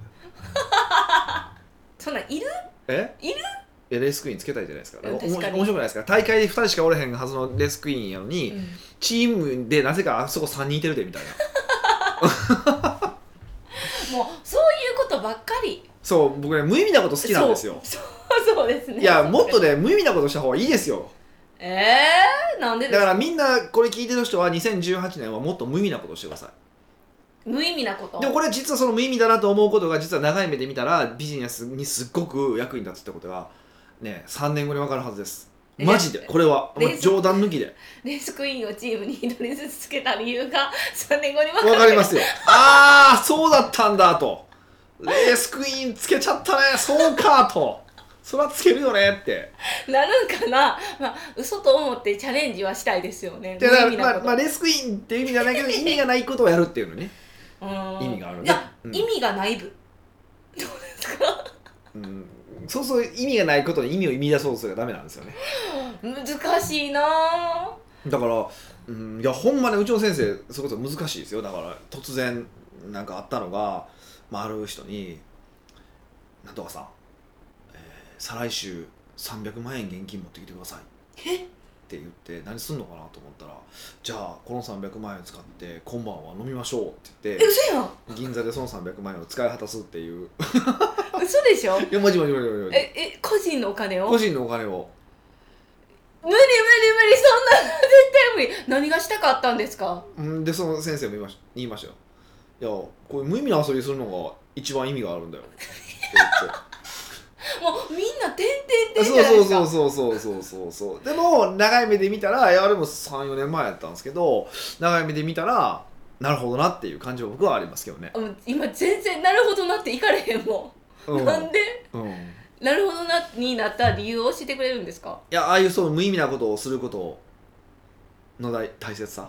Speaker 2: そんなんいる
Speaker 1: え
Speaker 2: いる
Speaker 1: いやレースクイーンつけたいじゃないですか
Speaker 2: うん
Speaker 1: おも
Speaker 2: 確かに
Speaker 1: 面白くないですか大会で二人しかおれへんはずのレースクイーンやのに、
Speaker 2: うん
Speaker 1: チームでなぜかあそこ三人いてるでみたいな
Speaker 2: もうそういうことばっかり
Speaker 1: そう僕ね無意味なこと好きなんですよ
Speaker 2: そうそうそうですね
Speaker 1: いやもっとね無意味なことした方がいいですよ
Speaker 2: えー、なんでで
Speaker 1: だ
Speaker 2: す
Speaker 1: か
Speaker 2: から
Speaker 1: みんなこれ聞いてる人は2018年はもっと無意味なことをしてくださ
Speaker 2: 無意味なこと
Speaker 1: いでもこれ実はその無意味だなと思うことが実は長い目で見たらビジネスにすっごく役に立つってことがね3年後に分かるはずですマジでこれはも
Speaker 2: 冷
Speaker 1: う
Speaker 2: 静
Speaker 1: 冗談抜きで
Speaker 2: レースクイーンをチームに一人ずつつけた理由が3年後 (laughs) に分
Speaker 1: わかります
Speaker 2: (laughs)
Speaker 1: すよああそうだったんだとレースクイーンつけちゃったねそうかとそれはつけるよねって
Speaker 2: なるんかな、まあ、嘘と思ってチャレンジはしたいですよね
Speaker 1: で
Speaker 2: 無
Speaker 1: だか
Speaker 2: 意味
Speaker 1: ら、
Speaker 2: な
Speaker 1: ま
Speaker 2: こ
Speaker 1: あ
Speaker 2: と、
Speaker 1: まあ、レースクイーンっていう意味じゃないけど意味がないことをやるっていうのね、
Speaker 2: うん
Speaker 1: 意味があるね
Speaker 2: じゃあ、
Speaker 1: うん
Speaker 2: 意味がない部どうですか
Speaker 1: うん、そうそう意味がないことに意味を見出そうとすればダメなんですよね
Speaker 2: (laughs) 難しいなぁ
Speaker 1: だから、うん、いやほんまねうちの先生それこそ難しいですよだから突然なんかあったのが、まあ、ある人に「なんとかさん、えー再来週300万円現金持ってきてください」
Speaker 2: え
Speaker 1: って言って何すんのかなと思ったら「じゃあこの300万円使って今晩は飲みましょう」って言っ
Speaker 2: え
Speaker 1: て
Speaker 2: 嘘やん
Speaker 1: 銀座でその300万円を使い果たすっていう
Speaker 2: 嘘でしょ
Speaker 1: いやマジマジマジマジマジ
Speaker 2: ええ個人のお金を
Speaker 1: 個人のお金を
Speaker 2: 無理無理無理そんなの絶対無理何がしたかったんですか
Speaker 1: うんでその先生も言いまし言いましたよ「いやこういう無意味な遊びするのが一番意味があるんだ
Speaker 2: (laughs)
Speaker 1: よ」って言って。
Speaker 2: もうみんな点
Speaker 1: そう
Speaker 2: 々点じゃない
Speaker 1: そ
Speaker 2: で
Speaker 1: う
Speaker 2: すか
Speaker 1: そうそうそうそうそうそうでも長い目で見たらいやあれも34年前やったんですけど長い目で見たらなるほどなっていう感じは僕はありますけどね、
Speaker 2: あもう今全然なるほどなっていかれへんも、
Speaker 1: うんん
Speaker 2: なんで
Speaker 1: うん、い
Speaker 2: なるほどなになった理由を教えてくれるんですか
Speaker 1: やああいうそう無意味なことをすることの大大切さ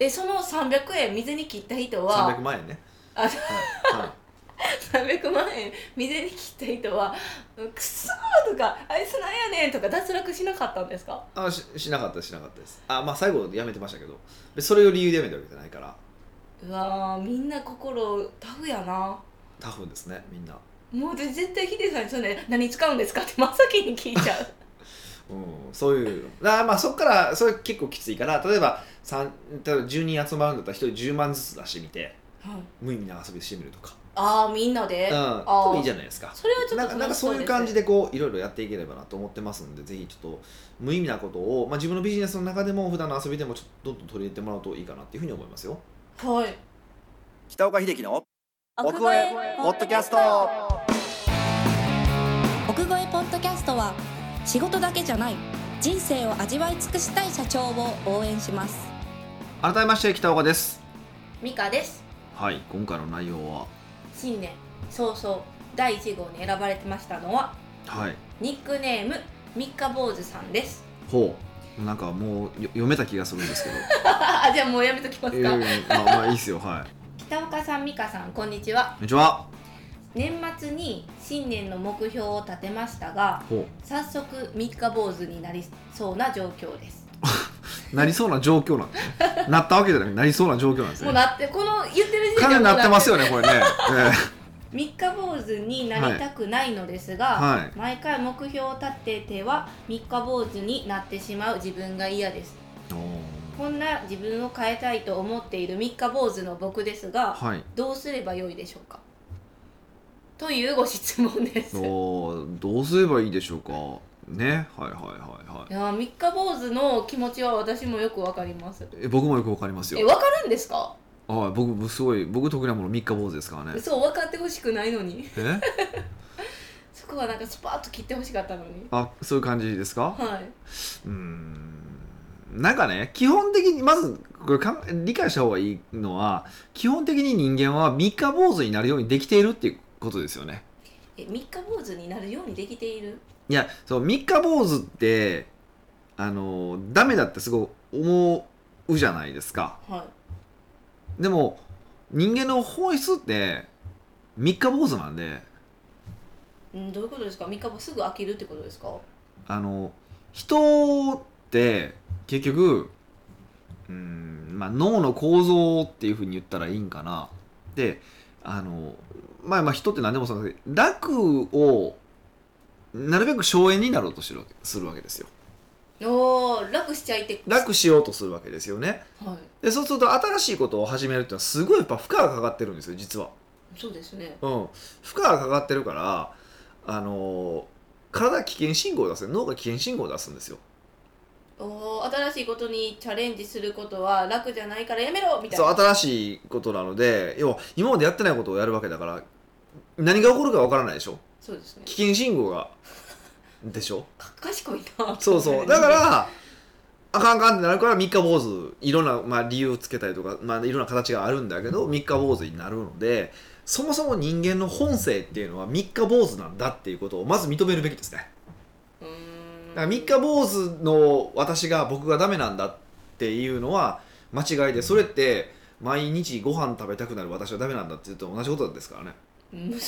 Speaker 2: えその300円水に切った人は
Speaker 1: 300万円ね
Speaker 2: あ
Speaker 1: はいはい
Speaker 2: 300万円水に切った人は「うんくそ!」とか「あいつなんやねん!」とか脱落しなかったんですか
Speaker 1: あししなかったしなかったですあまあ最後やめてましたけどでそれを理由でやめたわけじゃないから
Speaker 2: うわーみんな心タフやな
Speaker 1: タフですねみんな
Speaker 2: もう私絶対ヒデさんにそれ何使うんですかって真っ先に聞いちゃう
Speaker 1: (laughs) うん、そういうだからまあそこからそれ結構きついから例えば三例えば10人集まるんだったら1人10万ずつ出してみて
Speaker 2: はい
Speaker 1: 無意味な遊びしてみるとか、
Speaker 2: ああみんなで、
Speaker 1: うん、
Speaker 2: ー
Speaker 1: でもいいじゃないですか
Speaker 2: それはちょっと
Speaker 1: なんかなんかそういう感じでこういろいろやっていければなと思ってますんでぜひちょっと無意味なことを、まあ、自分のビジネスの中でも普段の遊びでもちょっとどんどん取り入れてもらうといいかなっていうふうに思いますよ
Speaker 2: はい
Speaker 1: 北岡秀樹の奥越えポッドキャスト
Speaker 3: 奥越えポッドキャストは仕事だけじゃない人生を味わい尽くしたい社長を応援します
Speaker 1: 改めまして北岡です
Speaker 2: ミカです
Speaker 1: はい今回の内容は
Speaker 2: 新年早々第1号に選ばれてましたのは
Speaker 1: はい
Speaker 2: ニックネーム三日坊主さんです (laughs)
Speaker 1: ほうなんかもうよ読めた気がするんですけど、
Speaker 2: あじゃあもうやめときます
Speaker 1: え
Speaker 2: か、
Speaker 1: ーまあまあいいですよはい
Speaker 2: 北岡さん美香さんこんにちは
Speaker 1: こんにちは。
Speaker 2: 年末に新年の目標を立てましたが
Speaker 1: ほ
Speaker 2: 早速三日坊主になりそうな状況です
Speaker 1: う。なりそうな状況なんですね。なったわけじゃなくてなりそうな状況なんです
Speaker 2: もう
Speaker 1: ね。
Speaker 2: なってこの言ってる時
Speaker 1: かな
Speaker 2: 点で
Speaker 1: り
Speaker 2: もう
Speaker 1: なってますよね、これね。え
Speaker 2: 三日坊主になりたくないのですが、
Speaker 1: ーはい。
Speaker 2: 毎回目標を立てては三日坊主になってしまう自分が嫌です
Speaker 1: おー
Speaker 2: こんな自分を変えたいと思っている三日坊主の僕ですが、
Speaker 1: はい。
Speaker 2: どうすればよいでしょうかというご質問ですい
Speaker 1: おーどうすればいいでしょうか。ね。はいはいはいはい。
Speaker 2: やー三日坊主の気持ちは私もよくわかります
Speaker 1: え僕もよくわかります
Speaker 2: え
Speaker 1: よ。
Speaker 2: わかるんですか
Speaker 1: はい、僕僕すごい僕得意なもの三日坊主ですからね。
Speaker 2: そう分かってほしくないのに (laughs)
Speaker 1: え？
Speaker 2: そこはなんかスパッと切ってほしかったのに
Speaker 1: あそういう感じですか？
Speaker 2: はい、
Speaker 1: うーん。なんかね基本的にまずこれかん理解した方がいいのは基本的に人間は三日坊主になるようにできているっていうことですよね。
Speaker 2: え三日坊主になるようにできている
Speaker 1: いやそう三日坊主ってあのダメだってすごい思うじゃないですか
Speaker 2: はい
Speaker 1: でも人間の本質って三日坊主なんで
Speaker 2: うん、どういうことですか三日もすぐ飽きるってことですか
Speaker 1: あの人って結局うん、まあ、脳の構造っていうふうに言ったらいいんかなであのまあまあ人って何でもそうなんですけど楽をなるべく省エネになろうとしてるわけするわけですよ
Speaker 2: おー楽しちゃいって
Speaker 1: 楽しようとするわけですよね
Speaker 2: はい
Speaker 1: でそうすると新しいことを始めるってのはすごいやっぱ負荷がかかってるんですよ実は、
Speaker 2: そうですね
Speaker 1: うん、負荷がかかってるからあのー体が危険信号を出す脳が危険信号を出すんですよ
Speaker 2: おー新しいことにチャレンジすることは楽じゃないからやめろみたい
Speaker 1: そ
Speaker 2: な
Speaker 1: う新しいことなので要は今までやってないことをやるわけだから何が起こるかわからないでしょ
Speaker 2: そうですね
Speaker 1: 危険信号がでしょ
Speaker 2: か賢いな
Speaker 1: そう
Speaker 2: (laughs)
Speaker 1: そうだからあかんあかんってなるから三日坊主いろんな、まあ、理由をつけたりとか、まあ、いろんな形があるんだけど三日坊主になるのでそもそも人間の本性っていうのは三日坊主なんだっていうことをまず認めるべきですね
Speaker 2: うーん
Speaker 1: だから三日坊主の私が僕がダメなんだっていうのは間違いでそれって毎日ご飯食べたくなる私はダメなんだって言うと同じことですからね
Speaker 2: うん (laughs)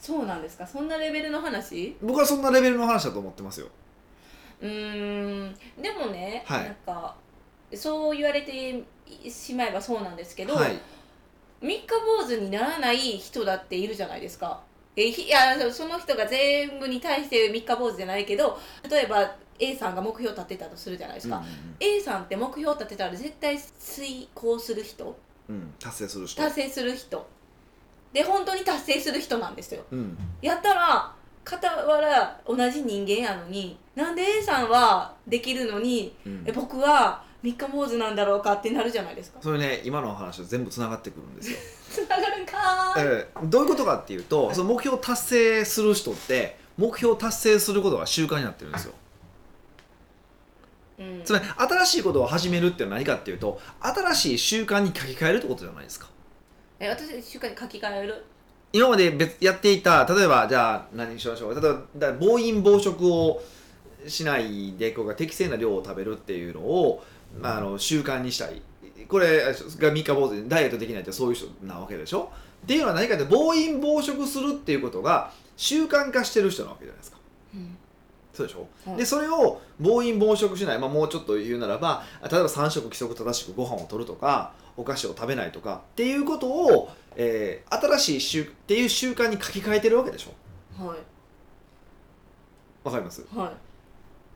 Speaker 2: そうなんですかそんなレベルの話
Speaker 1: 僕はそんなレベルの話だと思ってますよ
Speaker 2: うーんでもね、
Speaker 1: はい
Speaker 2: なんかそう言われてしまえばそうなんですけど、
Speaker 1: はい
Speaker 2: 三日坊主にならない人だっているじゃないですか。えひいやその人が全部に対して三日坊主じゃないけど例えば A さんが目標立てたとするじゃないですか、A さんって目標立てたら絶対遂行する人
Speaker 1: うんうんうん達成する人
Speaker 2: 達成する人で本当に達成する人なんですよ
Speaker 1: うん
Speaker 2: やったら傍ら同じ人間やのになんで A さんはできるのに
Speaker 1: うん
Speaker 2: え僕は三日坊主なんだろうかってなるじゃないですか
Speaker 1: それね今のお話と全部つながってくるん
Speaker 2: (laughs)
Speaker 1: ですよ、
Speaker 2: つながるんかー
Speaker 1: えーどういうことかっていうと、
Speaker 2: はい
Speaker 1: その目標を達成する人って目標を達成することが習慣になってるんですよ
Speaker 2: うん
Speaker 1: つまり新しいことを始めるって何かっていうと新しい習慣に書き換えるってことじゃないですか
Speaker 2: え私習慣に書き換える
Speaker 1: 今まで別やっていた例えばじゃあ何にしましょう例えばだ暴飲暴食をしないでこう適正な量を食べるっていうのを、まあ、あの習慣にしたいこれが3日坊主でダイエットできないってそういう人なわけでしょっていうのは何かって暴飲暴食するっていうことが習慣化してる人なわけじゃないですか
Speaker 2: うん
Speaker 1: そうでしょ、
Speaker 2: はい
Speaker 1: でそれを暴飲暴食しない、まあ、もうちょっと言うならば例えば3食規則正しくご飯を取るとかお菓子を食べないとかっていうことを、えー新しい習っていう習慣に書き換えてるわけでしょ
Speaker 2: は
Speaker 1: わかります
Speaker 2: いは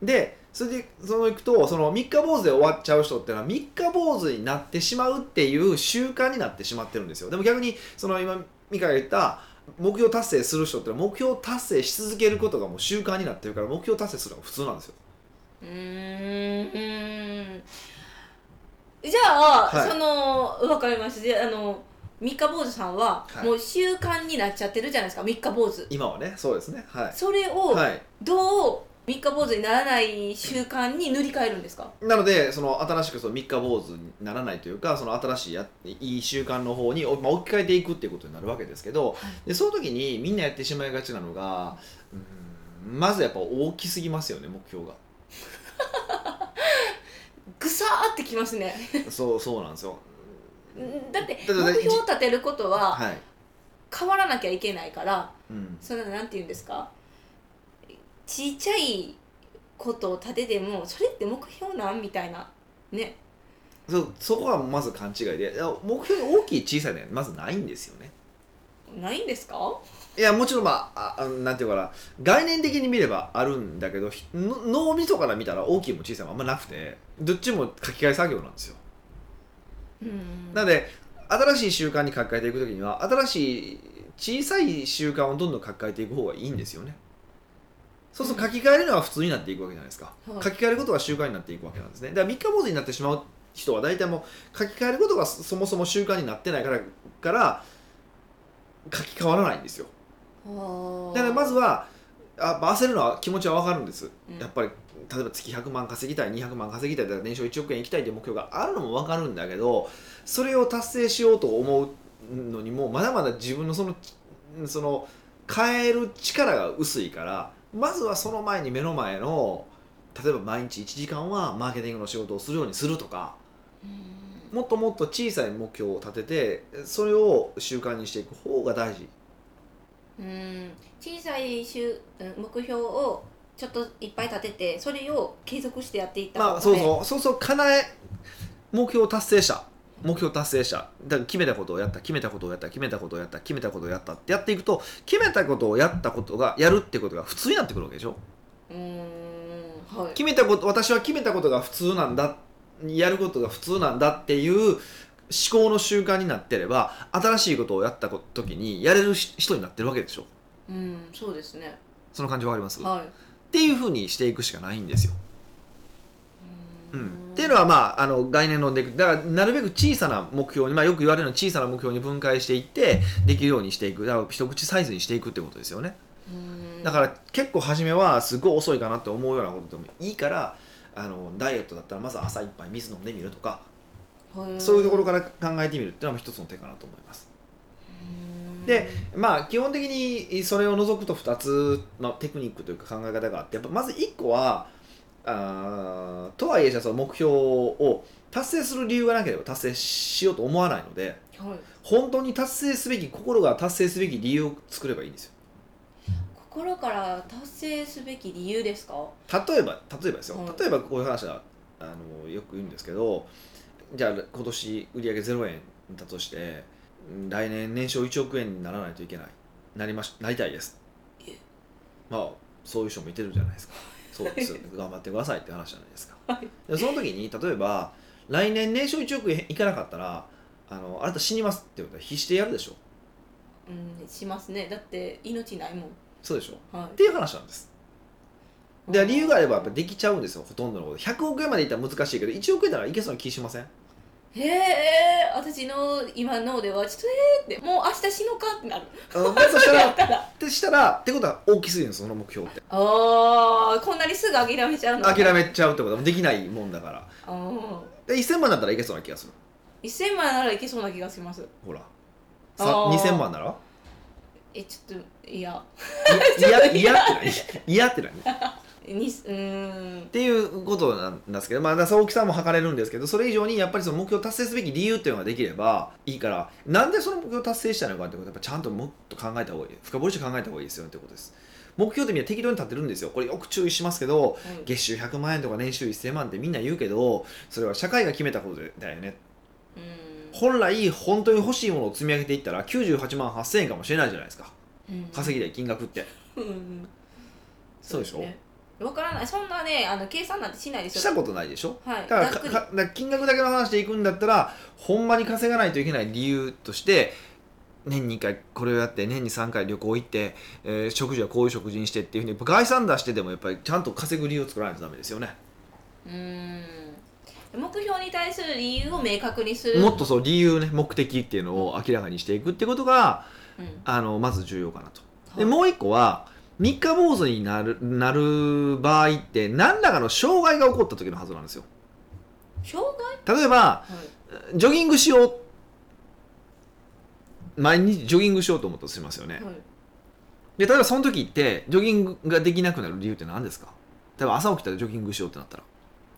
Speaker 2: い
Speaker 1: でそれでそのいくとその三日坊主で終わっちゃう人っていうのは三日坊主になってしまうっていう習慣になってしまってるんですよでも逆にその今美香が言った目標達成する人っていうのは目標達成し続けることがもう習慣になってるから目標達成するのが普通なんですよ
Speaker 2: うーんうーんじゃあ、
Speaker 1: はい
Speaker 2: そのわかりましたじゃああの三日坊主さんは、
Speaker 1: はい
Speaker 2: もう習慣になっちゃってるじゃないですか三日坊主
Speaker 1: 今はねそうですねはい
Speaker 2: それを
Speaker 1: はい、
Speaker 2: どう三日坊主にならない習慣に塗り替えるんですか
Speaker 1: なのでその新しくその三日坊主にならないというかその新しいやいい習慣の方に、おまあ、置き換えていくっていうことになるわけですけど、でその時にみんなやってしまいがちなのがうーんまずやっぱ大きすぎますよね目
Speaker 2: (laughs)
Speaker 1: 標が
Speaker 2: ぐさーってきますね
Speaker 1: そうそうなんですよ
Speaker 2: だって
Speaker 1: だ
Speaker 2: 目
Speaker 1: だだ
Speaker 2: 標を立てることは
Speaker 1: はい、
Speaker 2: 変わらなきゃいけないから
Speaker 1: うん、
Speaker 2: そのなんて言うんですかちっちゃいことを立ててもそれって目標なんみたいなね
Speaker 1: そそこはまず勘違いでいや目標が大きい小さいねまずないんですよね
Speaker 2: ないんですか
Speaker 1: いやもちろんまあああのなんていうかな概念的に見ればあるんだけどひの脳みそから見たら大きいも小さいもあんまなくてどっちも書き換え作業なんですよ
Speaker 2: うん
Speaker 1: なので新しい習慣に書き換えていく時には新しい小さい習慣をどんどん書き換えていく方がいいんですよねそうすると書き換えるのは普通になっていくわけじゃないですか、
Speaker 2: はい
Speaker 1: 書き換えることが習慣になっていくわけなんですねだから三日坊主になってしまう人は大体もう書き換えることがそそもそも習慣になってないからから書き換わらないんですよだからまずはあ焦るのは気持ちは分かるんです、
Speaker 2: うん
Speaker 1: やっぱり例えば月100万稼ぎたい200万稼ぎたいだから年商1億円いきたいという目標があるのも分かるんだけどそれを達成しようと思うのにもまだまだ自分のそのその変える力が薄いからまずはその前に目の前の例えば毎日1時間はマーケティングの仕事をするようにするとか
Speaker 2: うん
Speaker 1: もっともっと小さい目標を立ててそれを習慣にしていく方が大事
Speaker 2: うん小さい週うん目標をちょっといっぱい立ててそれを継続してやっていった
Speaker 1: まあそうそうそうそう叶え目標を達成した目標達成しただから決めたことをやった決めたことをやった決めたことをやった決めたことをやったってやっていくと決めたことをやったことがやるってことが普通になってくるわけでしょ
Speaker 2: ううーんはい
Speaker 1: 決めたこと私は決めたことが普通なんだやることが普通なんだっていう思考の習慣になってれば新しいことをやった時にやれるし人になってるわけでしょ
Speaker 2: うんそうですね
Speaker 1: その感じわかります、っ
Speaker 2: はい
Speaker 1: ていうふうにしていくしかないんですよ
Speaker 2: う
Speaker 1: うん、っていうのは、まあ、あの概念論でいくだからなるべく小さな目標に、まあ、よく言われるのは小さな目標に分解していってできるようにしていくだから一口サイズにしていくってことですよね
Speaker 2: うん
Speaker 1: だから結構初めはすごい遅いかなって思うようなことでもいいからあのダイエットだったらまず朝一杯水飲んでみるとか
Speaker 2: へー
Speaker 1: そういうところから考えてみるっていうのも一つの手かなと思います
Speaker 2: うん
Speaker 1: でまあ基本的にそれを除くと2つのテクニックというか考え方があってやっぱまず1個はあーとはいえじゃあその目標を達成する理由がなければ達成しようと思わないので
Speaker 2: はい
Speaker 1: 本当に達成すべき心が達成すべき理由を作ればいいんですよ
Speaker 2: 心から達成すべき理由ですか
Speaker 1: 例えば例えばですよ、
Speaker 2: うん
Speaker 1: 例えばこういう話はあのよく言うんですけどじゃあ今年売り上げ0円だとしてうん来年年商1億円にならないといけないなりましなりたいです
Speaker 2: え
Speaker 1: まあそういう人もいてるじゃないですかそうですよね頑張ってくださいって話じゃないですか、でその時に例えば来年年商1億円いかなかったらあのあなた死にますって言ったら必死でやるでしょ
Speaker 2: うんしますねだって命ないもん
Speaker 1: そうでしょっ
Speaker 2: は
Speaker 1: ていう話なんです
Speaker 2: い
Speaker 1: で理由があればやっぱできちゃうんですよほとんどのこと100億円までいったら難しいけど1億円ならいけそうな気しません
Speaker 2: へえ私の今脳ではちょっとえーってもう明日死のうかってなる
Speaker 1: あ
Speaker 2: (laughs)
Speaker 1: のだとした
Speaker 2: や
Speaker 1: ら
Speaker 2: っ
Speaker 1: った
Speaker 2: ら
Speaker 1: てしたらってことは大きすぎるんですその目標って
Speaker 2: あーこんなにすぐ諦めちゃうの
Speaker 1: 諦めちゃうってことはできないもんだから
Speaker 2: あー
Speaker 1: で1000万だったらいけそうな気がする
Speaker 2: 1000万ならいけそうな気がします
Speaker 1: ほら
Speaker 2: あ
Speaker 1: さ
Speaker 2: ー
Speaker 1: 2000万な
Speaker 2: (laughs)
Speaker 1: ら
Speaker 2: えちょっといや
Speaker 1: いやいやいやって何いやって何っ
Speaker 2: にうーん
Speaker 1: ていうことなんですけどまあだからその大きさも測れるんですけどそれ以上にやっぱりその目標を達成すべき理由っていうのができればいいからなんでその目標を達成したのかってことをやっぱちゃんともっと考えた方がいい深掘りして考えた方がいいですよねってことです目標ってみんな適当に立てるんですよこれよく注意しますけど
Speaker 2: うん
Speaker 1: 月収100万円とか年収1000万ってみんな言うけどそれは社会が決めたことだよね本来本当に欲しいものを積み上げていったら98万8000円かもしれないじゃないですか
Speaker 2: うん
Speaker 1: 稼ぎたい金額って
Speaker 2: うん
Speaker 1: そうでしょ
Speaker 2: 分からないそんなねあの計算なんてしないですよ
Speaker 1: したことないでしょ
Speaker 2: はい
Speaker 1: だからか
Speaker 2: ざっくり
Speaker 1: かだから金額だけの話でいくんだったらほんまに稼がないといけない理由として年に1回これをやって年に3回旅行行って、えー食事はこういう食事にしてっていうふうにやっぱ概算出してでもやっぱりちゃんと稼ぐ理由を作らないとダメですよね
Speaker 2: うーん目標に対する理由を明確にする
Speaker 1: もっとそう理由ね目的っていうのを明らかにしていくってことが
Speaker 2: うん
Speaker 1: あのまず重要かなと。
Speaker 2: はい
Speaker 1: でもう一個は三日坊主になるなる場合って何らかの障害が起こった時のはずなんですよ。
Speaker 2: 障
Speaker 1: 例えば
Speaker 2: 害、はい
Speaker 1: ジョギングしよう毎日ジョギングしようと思ったとしますよね。
Speaker 2: はい
Speaker 1: で例えばその時ってジョギングができなくなる理由って何ですか例えば朝起きたらジョギングしようってなったら。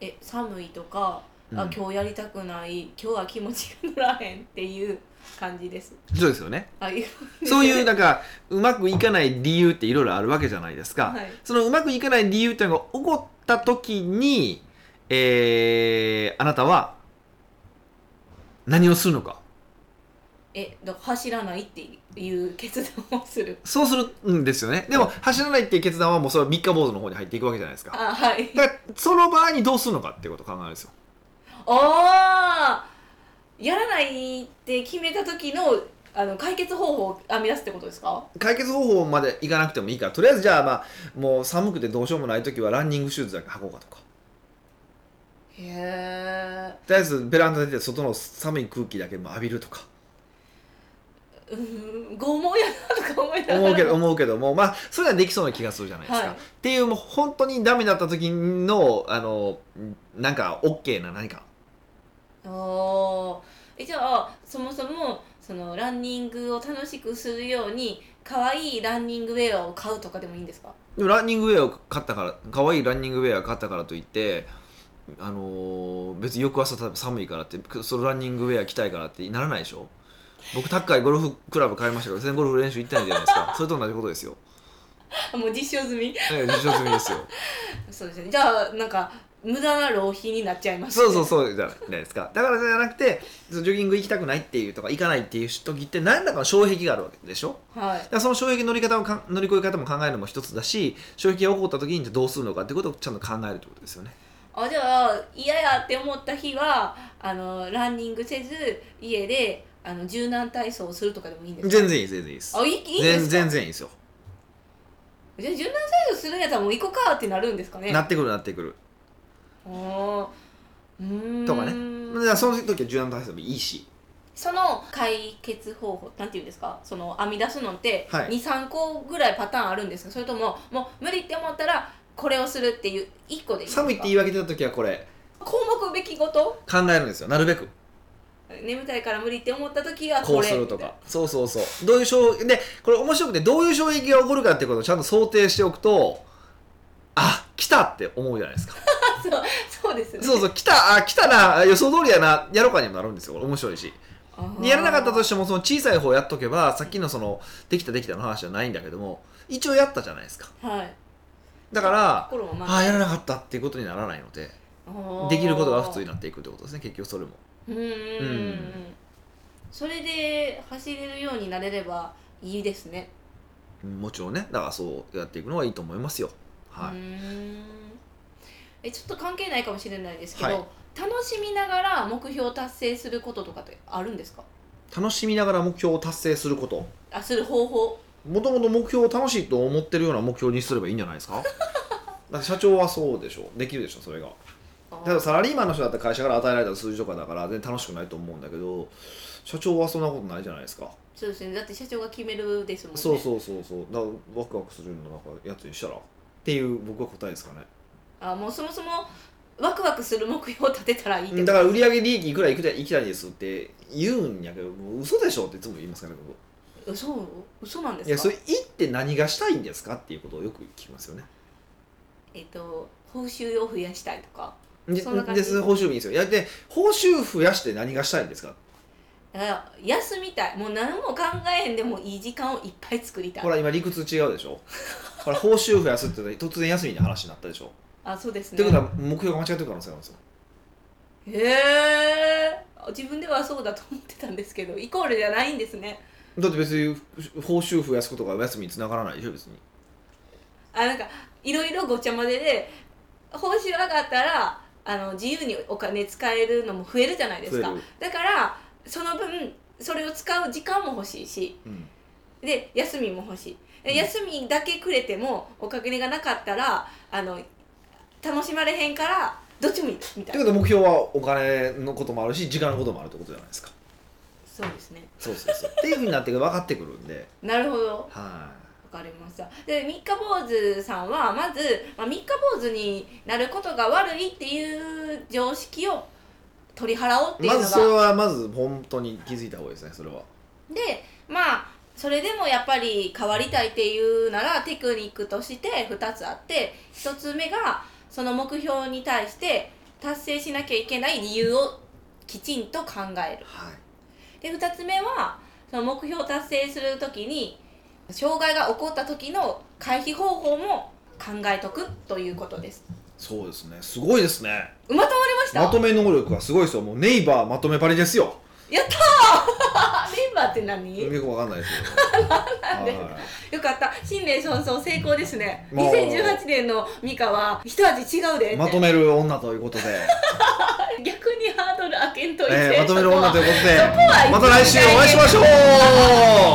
Speaker 2: え寒いとか、
Speaker 1: うん
Speaker 2: あ今日やりたくない今日は気持ちが乗らへんっていう感じです
Speaker 1: そうですよね。
Speaker 2: あいう
Speaker 1: そういうなんかうまくいかない理由っていろいろあるわけじゃないですか。
Speaker 2: (laughs) はい
Speaker 1: そのうまくいかない理由っていうのが起こった時に、えー、あなたは何をするのか
Speaker 2: えだから走らないっていう決断をする
Speaker 1: そうするんですよねでも走らないっていう決断はもうそれは三日坊主の方に入っていくわけじゃないですか
Speaker 2: あはい (laughs)
Speaker 1: だからその場合にどうするのかっていうことを考えるんですよ
Speaker 2: あーやらないって決めた時のあの解決方法を編み出すってことですか
Speaker 1: 解決方法までいかなくてもいいからとりあえずじゃあまあもう寒くてどうしようもない時はランニングシューズだけ履こうかとか
Speaker 2: へえ
Speaker 1: とりあえずベランダ出て外の寒い空気だけ浴びるとか
Speaker 2: うん拷問やなとか思いながら
Speaker 1: 思うけど思うけどもまあそれはできそうな気がするじゃないですか。
Speaker 2: はい
Speaker 1: っていうもう本当にダメだった時のあのなんか OK な何か
Speaker 2: おーえじゃあそもそもそのランニングを楽しくするように可愛いランニングウェアを買うとかでもいいんですか
Speaker 1: でもランニングウェアを買ったから可愛いランニングウェアを買ったからといってあのー別に翌朝例えば寒いからってそのランニングウェア着たいからってならないでしょ僕高いゴルフクラブ買いましたから全然ゴルフ練習行ってないじゃないです (laughs) かそれと同じことですよ
Speaker 2: あもう実証済み
Speaker 1: ええ受賞済みですよ
Speaker 2: そうですねじゃあなんか無駄な浪費になっちゃいますね
Speaker 1: (laughs) そうそうそうじゃないですかだからじゃなくてジョギング行きたくないっていうとか行かないっていう時って何らかの障壁があるわけでしょ
Speaker 2: はい
Speaker 1: だからその障壁の乗り方をか乗り越え方も考えるのも一つだし障壁が起こった時にどうするのかってことをちゃんと考えるってことですよね
Speaker 2: あじゃあ嫌やって思った日はあのランニングせず家であの柔軟体操をするとかでもいいんですか
Speaker 1: 全然いい全然いいです
Speaker 2: あいいいいんです
Speaker 1: 全全
Speaker 2: か
Speaker 1: 然いいですよ、
Speaker 2: じゃあ柔軟体操するんやったらもう行こうかってなるんですかね
Speaker 1: なってくるなってくる
Speaker 2: おー
Speaker 1: とかねだか
Speaker 2: ね
Speaker 1: らその時は柔軟体操でもいいし
Speaker 2: その解決方法なんていうんですかその編み出すのって
Speaker 1: はい
Speaker 2: 23個ぐらいパターンあるんですかそれとももう無理って思ったらこれをするっていう1個でいいんですか
Speaker 1: 寒いって言い訳出た時はこれ
Speaker 2: 項目べきごと
Speaker 1: 考えるんですよなるべく
Speaker 2: 眠たいから無理って思った時はこ
Speaker 1: こ
Speaker 2: れ (laughs)
Speaker 1: うするとかそうそうそうどういう衝撃でこれ面白くてどういう衝撃が起こるかってことをちゃんと想定しておくとあ来たって思うじゃない
Speaker 2: (laughs)
Speaker 1: ですか
Speaker 2: そうですね
Speaker 1: そうそう来たあ来たなあ予想通りやなやろうかにもなるんですよこれ面白いし
Speaker 2: あー
Speaker 1: でやらなかったとしてもその小さい方やっとけばさっきのそのできたできたの話じゃないんだけども一応やったじゃないですか
Speaker 2: はい
Speaker 1: だから
Speaker 2: 心もま
Speaker 1: ああやらなかったっていうことにならないので
Speaker 2: あ
Speaker 1: できることが普通に
Speaker 2: な
Speaker 1: なっていくってことですね結局それも
Speaker 2: うんうんうんう
Speaker 1: う
Speaker 2: ん
Speaker 1: ん
Speaker 2: それで走れるようになれればいいですね
Speaker 1: うんもちろんねだからそうやっていくのはいいと思いますよは
Speaker 2: う
Speaker 1: い、
Speaker 2: ーんえちょっと関係ないかもしれないですけど、
Speaker 1: はい
Speaker 2: 楽しみながら目標を達成することとかってあるんですか
Speaker 1: 楽しみながら目標を達成すること
Speaker 2: あする方法
Speaker 1: もともと目標を楽しいと思ってるような目標にすればいいんじゃないで
Speaker 2: (laughs)
Speaker 1: すかだって社長はそうでしょできるでしょそれが
Speaker 2: あ
Speaker 1: ただサラリーマンの人だったら会社から与えられた数字とかだから全然楽しくないと思うんだけど社長はそんなことないじゃないですか
Speaker 2: そうですねだって社長が決めるですもんね
Speaker 1: そうそうそうそうだからワクワクするようななんかやつにしたらっていう僕は答えですかね
Speaker 2: あもうそもそもワクワクする目標を立てたらいいって
Speaker 1: だから売上利益いくらいくらいきたいですって言うんやけどもう嘘でしょっていつも言いますからね僕
Speaker 2: 嘘嘘なんで
Speaker 1: いやそ
Speaker 2: すか
Speaker 1: れ「い」って何がしたいんですかっていうことをよく聞きますよね
Speaker 2: えっ、と報酬を増やしたいとか
Speaker 1: で
Speaker 2: そんな感
Speaker 1: で
Speaker 2: じ
Speaker 1: す報酬もいいんですよいやで報酬増やして何がしたいんですか
Speaker 2: だから休みたいもう何も考えへんでもいい時間をいっぱい作りたい
Speaker 1: ほら今理屈違うでしょほら報酬増やすって言ったら突然休みの話になったでしょ、
Speaker 2: あそうです
Speaker 1: っ
Speaker 2: ね
Speaker 1: てことは目標が間違ってる可能性があるんですよ
Speaker 2: へえ自分ではそうだと思ってたんですけどイコールじゃないんですね
Speaker 1: だって別に報酬増やすことがお休みにつながらないでしょ別に
Speaker 2: あなんかいろいろごちゃ混ぜで報酬上がったらあの自由にお金使えるのも増えるじゃないですか
Speaker 1: 増える
Speaker 2: だからその分それを使う時間も欲しいし
Speaker 1: うん
Speaker 2: で休みも欲しいで
Speaker 1: うん
Speaker 2: 休みだけくれてもお金がなかったらあの楽しまれへんからどっちもいいみ
Speaker 1: ったて
Speaker 2: い
Speaker 1: こ
Speaker 2: な
Speaker 1: とは目標はお金のこともあるし時間のこともあるってことじゃないですか
Speaker 2: そうですね
Speaker 1: そうそうそうっていうふうになって分かってくるんで
Speaker 2: なるほど
Speaker 1: は
Speaker 2: わかりましたで三日坊主さんはまず、まあ、三日坊主になることが悪いっていう常識を取り払おうっ
Speaker 1: い
Speaker 2: ていう
Speaker 1: ま
Speaker 2: のが
Speaker 1: ずそれはまず本当に気づいた方がいいですねそれは
Speaker 2: でまあそれでもやっぱり変わりたいっていうならテクニックとして2つあって1つ目がその目標に対して達成しなきゃいけない理由をきちんと考える
Speaker 1: はい
Speaker 2: で2つ目はその目標を達成する時に障害が起こった時の回避方法も考えとくということです
Speaker 1: そうですねすごいですね
Speaker 2: うまとまりました
Speaker 1: まとめ能力がすごいですよもうネイバーまとめパリですよ
Speaker 2: やったーメンバーって何
Speaker 1: よ
Speaker 2: よ
Speaker 1: くわかんないです
Speaker 2: なん
Speaker 1: け
Speaker 2: で
Speaker 1: どはい
Speaker 2: かった新年早々成功ですね
Speaker 1: もう
Speaker 2: 2018年のミカは一味違うでって
Speaker 1: まとめる女ということで、
Speaker 2: 逆 (laughs) にハードル開けんといて、
Speaker 1: えーまとめる女ということ
Speaker 2: (laughs) そこは
Speaker 1: でまた来週お会いしましょう